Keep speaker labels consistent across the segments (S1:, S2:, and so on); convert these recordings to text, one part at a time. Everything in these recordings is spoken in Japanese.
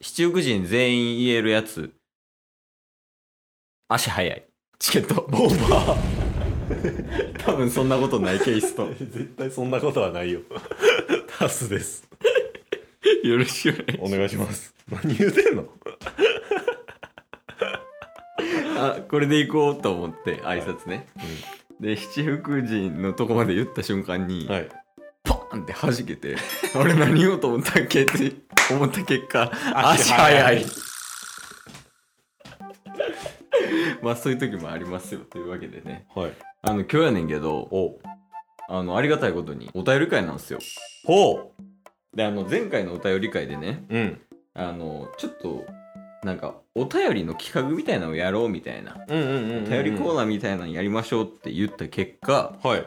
S1: 七福神全員言えるやつ。足早い。チケット、ボンバー。多分そんなことないケースと。
S2: 絶対そんなことはないよ タスです
S1: よろしく
S2: お願いします何言うてんの
S1: あ、これで行こうと思って、挨拶ね。で、七福神のとこまで言った瞬間に、
S2: はい
S1: ポンって弾けて、あれ何言おうと思ったっけって思った結果、足早い。まあそういう時もありますよというわけでね。
S2: はい
S1: あの、今日やねんけど、
S2: お
S1: あの、ありがたいことにお便り会なんですよ。
S2: ほ
S1: で、あの、前回のお便り会でね、
S2: ううん
S1: あの、ちょっと、なんか、お便りの企画みたいなのをやろうみたいな、
S2: うんうんうん、う
S1: お
S2: ん、
S1: 便りコー
S2: ナ
S1: ナーみたいなのやりましょうって言った結果、
S2: ーはい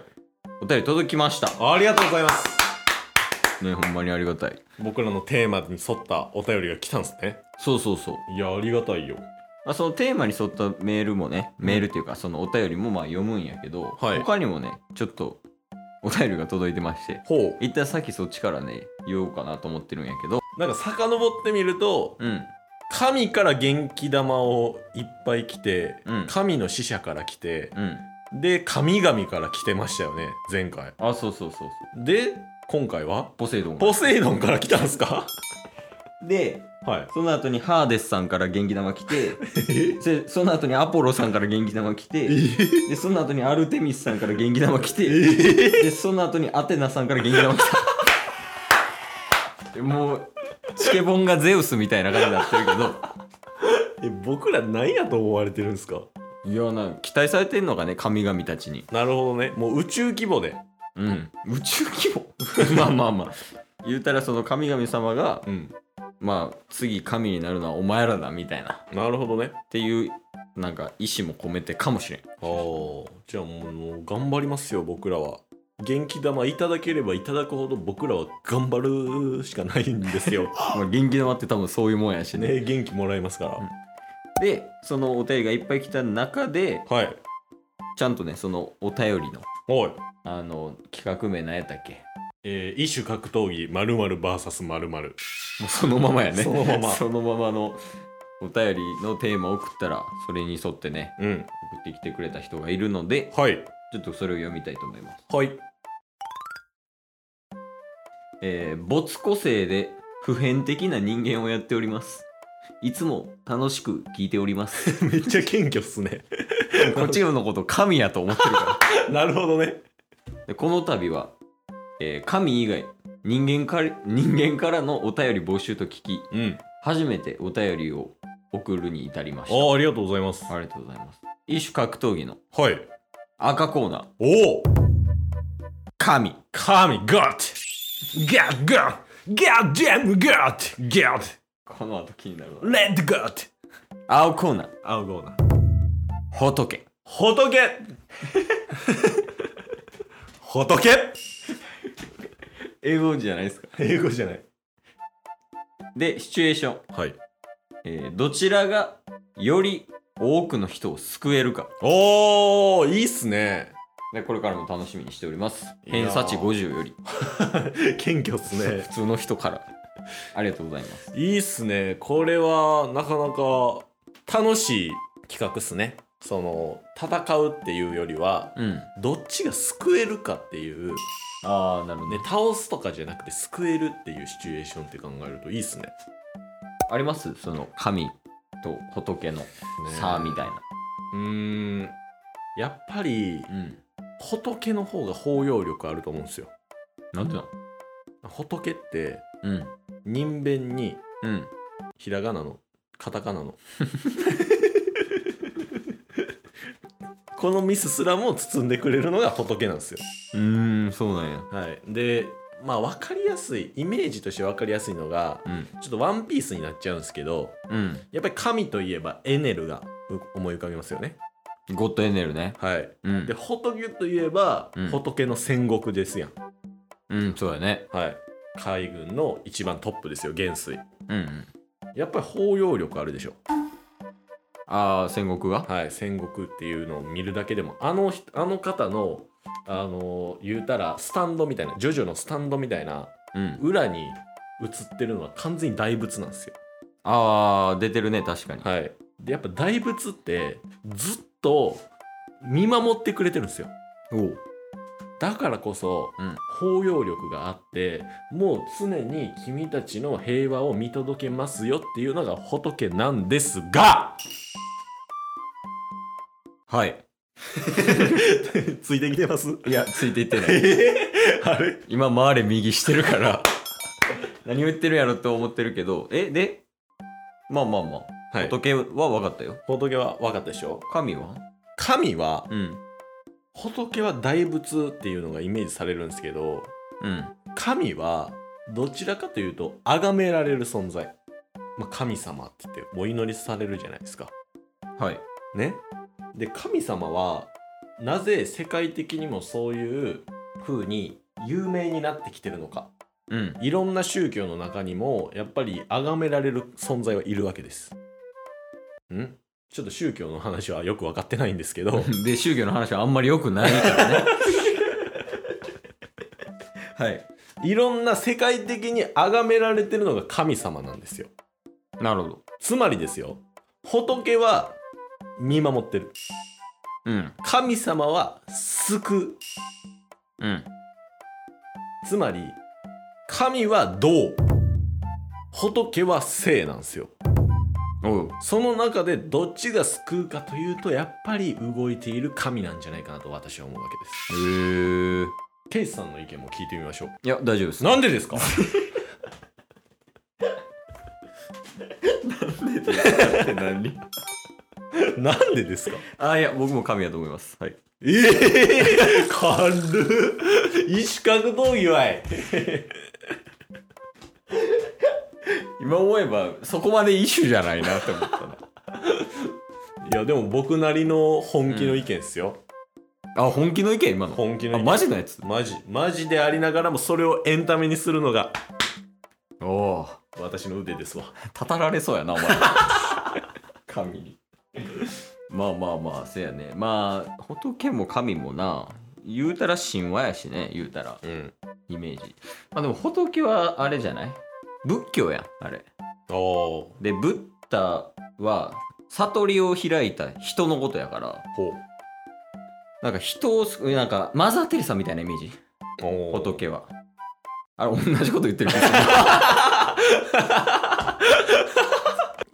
S1: お便り届きました。
S2: ありがとうございます
S1: ね、ほんまにありがたい。
S2: 僕らのテーマに沿ったお便りが来たんですね
S1: そうそうそう。
S2: いやありがたいよ
S1: まあ、そのテーマに沿ったメールもね、メールっていうか、そのお便りもまあ読むんやけど、
S2: はい
S1: 他にもね、ちょっとお便りが届いてまして、
S2: ほ
S1: 一旦さっきそっちからね、言おうかなと思ってるんやけど、
S2: うなんか遡ってみると
S1: うん、
S2: 神から元気玉をいっぱい来て、
S1: うん
S2: 神の使者から来て、
S1: うん。
S2: で神々から来てましたよね前回
S1: あ、そうそうそうそう。
S2: で今回は
S1: ポセイドンが。
S2: ポセイドンから来たんすか
S1: で、
S2: はい
S1: その後にハーデスさんから元気玉来 て、でその後にアポロさんから元気玉来て、でその後にアルテミスさんから元気玉来て、でその後にアテナさんから元気玉来た もうチケボンがゼウスみたいな感じになってる
S2: え僕ら何やと思われてるんですか
S1: けどいやな期待されてんのがね神々たちに、
S2: なるほどねもう宇宙規模で
S1: うん、宇宙規模 まあまあまあ言うたらその神々様が、
S2: うん
S1: まあ次神になるのはお前らだみたいな
S2: なるほどね
S1: っていうなんか意思も込めてかもしれん
S2: あーじゃあもうもう頑張りますよ僕らは元気玉いただければいただくほど僕らは頑張るしかないんです よ
S1: まあ、元気玉って多分そういうもんやしね
S2: ね元気もらえますから、
S1: でそのお便りがいっぱい来た中で
S2: はい
S1: ちゃんとねそのお便りの
S2: おい
S1: あの企画名何やったっけ
S2: えー、異種格闘技〇〇 VS 〇〇
S1: もうそのままやね
S2: そのまま
S1: そのままのお便りのテーマを送ったらそれに沿ってね
S2: うん
S1: 送ってきてくれた人がいるので
S2: はい
S1: ちょっとそれを読みたいと思います
S2: はい
S1: えー、没個性で普遍的な人間をやっておりますいつも楽しく聞いております
S2: めっちゃ謙虚っすね
S1: こっちのこと神やと思ってるから
S2: なるほどね
S1: でこの度は、えー神以外人間か人間からのお便り募集と聞き
S2: うん
S1: 初めてお便りを送るに至りま
S2: あ
S1: した
S2: ーありがとうございます
S1: ありがとうございます一種格闘技の
S2: はい
S1: 赤コーナー
S2: おお
S1: 神
S2: 神ガッドガッドガッドガッジャムガッドガッ
S1: この後気になる
S2: ド
S1: わ
S2: レッドガッ
S1: 青コーナー
S2: ド青ゴーナ
S1: 仏
S2: 仏 仏
S1: 英語じゃないですか
S2: 英語じゃない
S1: でシチュエーション、
S2: はい
S1: えーどちらがより多くの人を救えるか
S2: おおいいっすね
S1: でこれからも楽しみにしております
S2: いやー
S1: 偏差値50より、
S2: 謙虚っすね
S1: 普通の人からありがとうございます
S2: いいっすねこれはなかなか楽しい企画っすねその戦うっていうよりは
S1: うん
S2: どっちが救えるかっていう
S1: ああなるほど
S2: ね、倒すとかじゃなくて救えるっていうシチュエーションって考えるといいっすね。
S1: ありますその神と仏の差みたいな。
S2: うーんやっぱり
S1: うん。
S2: 仏の方が包容力あると思うんですよ。
S1: なんでな
S2: 仏って
S1: うん。
S2: 人弁に
S1: うん。
S2: ひらがなのカタカ ナのこのミスすらも包んでくれるのが仏なんですよ。
S1: うーん、そうなんや。
S2: はい、でまあ分かりやすいイメージとして分かりやすいのが
S1: うん。
S2: ちょっとワンピースになっちゃうんですけど
S1: うん。
S2: やっぱり神といえばエネルがう思い浮かびますよね。
S1: ゴッドエネルね。
S2: はい。
S1: うん
S2: で、。仏といえば、
S1: うん
S2: 仏の戦国ですやん。
S1: うん、そうやね。
S2: はい。海軍の一番トップですよ、元帥。
S1: うんうん。
S2: やっぱり包容力あるでしょ。
S1: ああ、戦国が
S2: はい。戦国っていうのを見るだけでも、あの人、あの方の、あのー言うたら、スタンドみたいな、ジョジョのスタンドみたいな、
S1: うん。
S2: 裏に映ってるのは完全に大仏なんですよ。
S1: あー、出てるね、確かに。
S2: はい、でやっぱ大仏ってずっと見守ってくれてるんですよ
S1: おう
S2: だからこそ、
S1: うん
S2: 包容力があってもう常に君たちの平和を見届けますよっていうのが仏なんですが
S1: はい。
S2: ついてきてます
S1: い や、ついていってな
S2: え
S1: い。
S2: ーあれ
S1: 今、回れ右してるから。 何を言ってるやろって思ってるけど、え、でまあまあまあ。
S2: はい
S1: 仏は分かったよ。
S2: 仏は分かったでしょ
S1: 神は
S2: 神は
S1: うん。
S2: 仏は大仏っていうのがイメージされるんですけど
S1: うん。
S2: 神はどちらかというと崇められる存在、まあ、神様って言ってお祈りされるじゃないですか
S1: はい。
S2: ねで神様はなぜ世界的にもそういう風に有名になってきてるのか
S1: うん。
S2: いろんな宗教の中にもやっぱり崇められる存在はいるわけですんちょっと宗教の話はよく分かってないんです けど
S1: で、宗教の話はあんまり良くないから ね。はい。
S2: いろんな世界的に崇められてるのが神様なんですよ
S1: なるほど。
S2: つまりですよ仏は見守ってる
S1: うん。
S2: 神様は救う
S1: うん。
S2: つまり神は道仏は生なんですよ
S1: おう。
S2: その中でどっちが救うかというとやっぱり動いている神なんじゃないかなと私は思うわけです
S1: へー
S2: ケイスさんの意見も聞いてみましょう
S1: いや、大丈夫です。
S2: なんでですか
S1: で何
S2: なんでですか
S1: あ、いや、僕も神やと思います。はい。
S2: ええー、軽っ意思格闘技わい
S1: 今思えば、そこまでイシュじゃないなって思った な。
S2: いやでも僕なりの本気の意見ですよ、
S1: あ、本気の意見今の。
S2: 本気の
S1: あ、
S2: 意見
S1: マジのやつ
S2: マジマジでありながらもそれをエンタメにするのが
S1: おお。
S2: 私の腕ですわ
S1: たたられそうやな、お前。神に。まあまあまあ、せやね。まあ、仏も神もな、言うたら神話やしね、言うたら、
S2: うん
S1: イメージ。まあでも仏はあれじゃない仏教やん、あれ。
S2: ああ
S1: で、ブッダは、悟りを開いた人のことやから、
S2: ほ
S1: なんか人を救う、なんかマザー・テレサみたいなイメージ、
S2: う
S1: 仏は。あれ、同じこと言ってるけど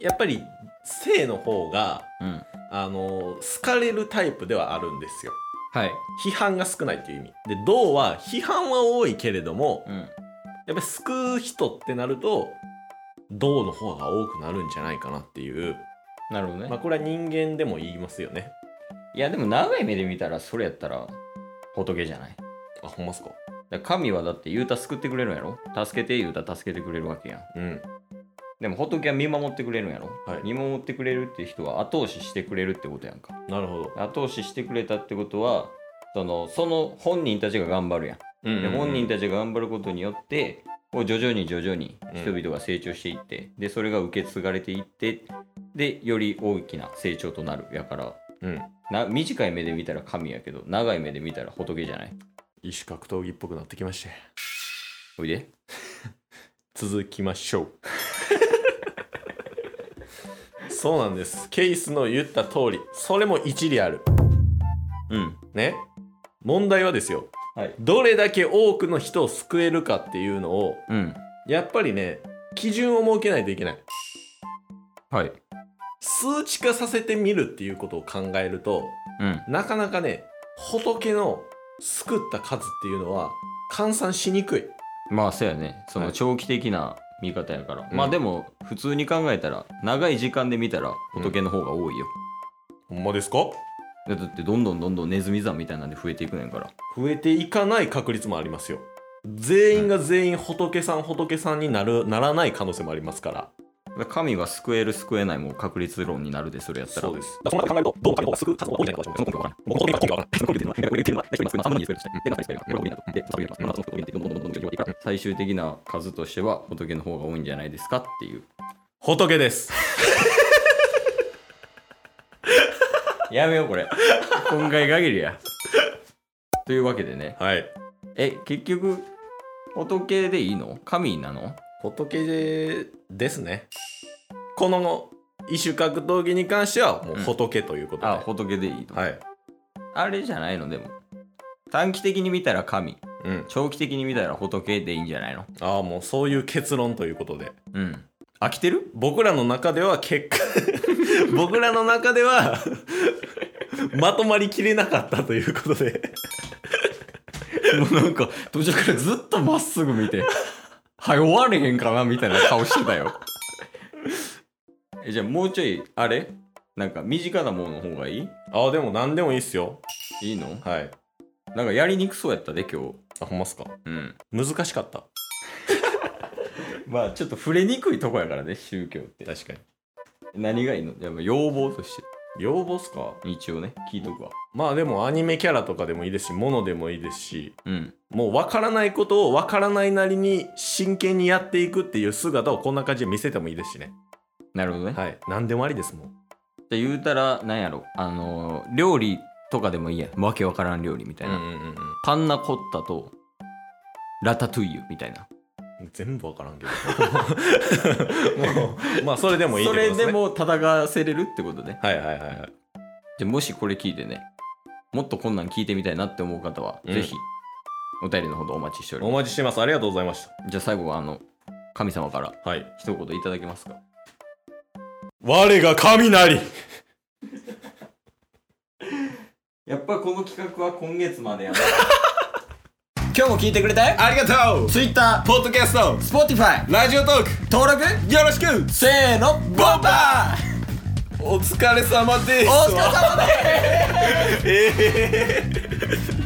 S2: やっぱり性の方が
S1: うん。
S2: あの好かれるタイプではあるんですよ
S1: はい。
S2: 批判が少ないっていう意味で銅は批判は多いけれども
S1: うん。
S2: やっぱり救う人ってなると銅の方が多くなるんじゃないかなっていう
S1: なるほどね
S2: まあこれは人間でも言いますよね
S1: いやでも長い目で見たらそれやったら仏じゃないだか
S2: あほんますから
S1: 神はだって言うた救ってくれるんやろ助けて言うた助けてくれるわけやん
S2: うん
S1: でも仏は見守ってくれるんやろ、
S2: はい
S1: 見守ってくれるっていう人は後押ししてくれるってことやんか
S2: なるほど
S1: 後押ししてくれたってことはそのその本人たちが頑張るやん
S2: うんうん
S1: で
S2: うん
S1: 本人たちが頑張ることによってこう徐々に徐々に
S2: うん
S1: 人々が成長していって、でそれが受け継がれていってでより大きな成長となるやから
S2: うん
S1: な短い目で見たら神やけど長い目で見たら仏じゃない
S2: 異種格闘技っぽくなってきまして
S1: おいで
S2: 続きましょう そうなんですケイスの言った通りそれも一理ある
S1: うん
S2: ね問題はですよ
S1: はい
S2: どれだけ多くの人を救えるかっていうのを
S1: うん
S2: やっぱりね基準を設けないといけない
S1: はい
S2: 数値化させてみるっていうことを考えると
S1: うん
S2: なかなかね仏の救った数っていうのは換算しにくい
S1: まあそうやねそ
S2: は
S1: の
S2: い
S1: 長期的な見方やから、
S2: うん
S1: まあでも普通に考えたら長い時間で見たら仏の方が多いよ、
S2: ほんまですか
S1: いやだってどんどんどんどんネズミ山みたいなんで増えていくねんから
S2: 増えていかない確率もありますよ全員が全員仏さん仏さんになるならない可能性もありますから
S1: だから神が救える救えないも確率論になるでそれやったら
S2: そうですだからその中で考えるとどうかの方が救う数が多いじゃないかと思います僕の根拠は根拠は分からない僕の根拠は分からない
S1: 最終的な数としては仏の方が多いんじゃないですかっていう
S2: 仏です
S1: やめようこれ今回限りやというわけでね
S2: はい
S1: え結局仏でいいの神なの
S2: 仏ですねこの異種格闘技に関してはもう仏ということで、
S1: あ仏でいいと、
S2: はい、
S1: あれじゃないのでも短期的に見たら神
S2: うん、
S1: 長期的に見たら仏でいいんじゃないの
S2: ああもうそういう結論ということで
S1: うん飽きてる
S2: 僕らの中では結果 僕らの中ではまとまりきれなかったということで
S1: もうなんか途中からずっとまっすぐ見て「はい終われへんかな」みたいな顔してたよえじゃあもうちょいあれなんか身近なものの方がいい
S2: ああでも何でもいいっすよ
S1: いいの
S2: はい
S1: なんかやりにくそうやったで今日
S2: あほんまっすか
S1: うん
S2: 難しかった
S1: まあちょっと触れにくいとこやからね宗教って
S2: 確かに
S1: 何がいいのやっぱ要望として
S2: 要望っすか
S1: 一応ね聞いとくわ
S2: まあでもアニメキャラとかでもいいですし物でもいいですし
S1: うん
S2: もう分からないことを分からないなりに真剣にやっていくっていう姿をこんな感じで見せてもいいですしね
S1: なるほどね、
S2: はい何でもありですもん
S1: じゃあ言うたらなんやろあのー料理とかでもいいやんわけわからん料理みたいな、
S2: うん
S1: パンナコッタとラタトゥイユみたいな
S2: うん全部分からんけど もうまあそれでもいいって
S1: そ
S2: ことで
S1: れ
S2: すね
S1: でも戦わせれるってことね
S2: はいはいはいはい
S1: じゃあもしこれ聞いてねもっとこんなん聞いてみたいなって思う方は、
S2: うん
S1: ぜひお便りのほどお待ちしており
S2: お
S1: ま
S2: 待ちしてますありがとうございまし
S1: すじゃあ最後はあの神様から
S2: たはい
S1: 一言いただけますか
S2: 我が神なり
S1: やっぱこの企画は今月までやな 今日も聞いてくれて
S2: ありがとう
S1: Twitter、
S2: ポッドキャスト
S1: Spotify、
S2: ラジオトーク
S1: 登録
S2: よろしく
S1: せーのボンバー
S2: お疲れ様です
S1: お疲れ様です
S2: ええ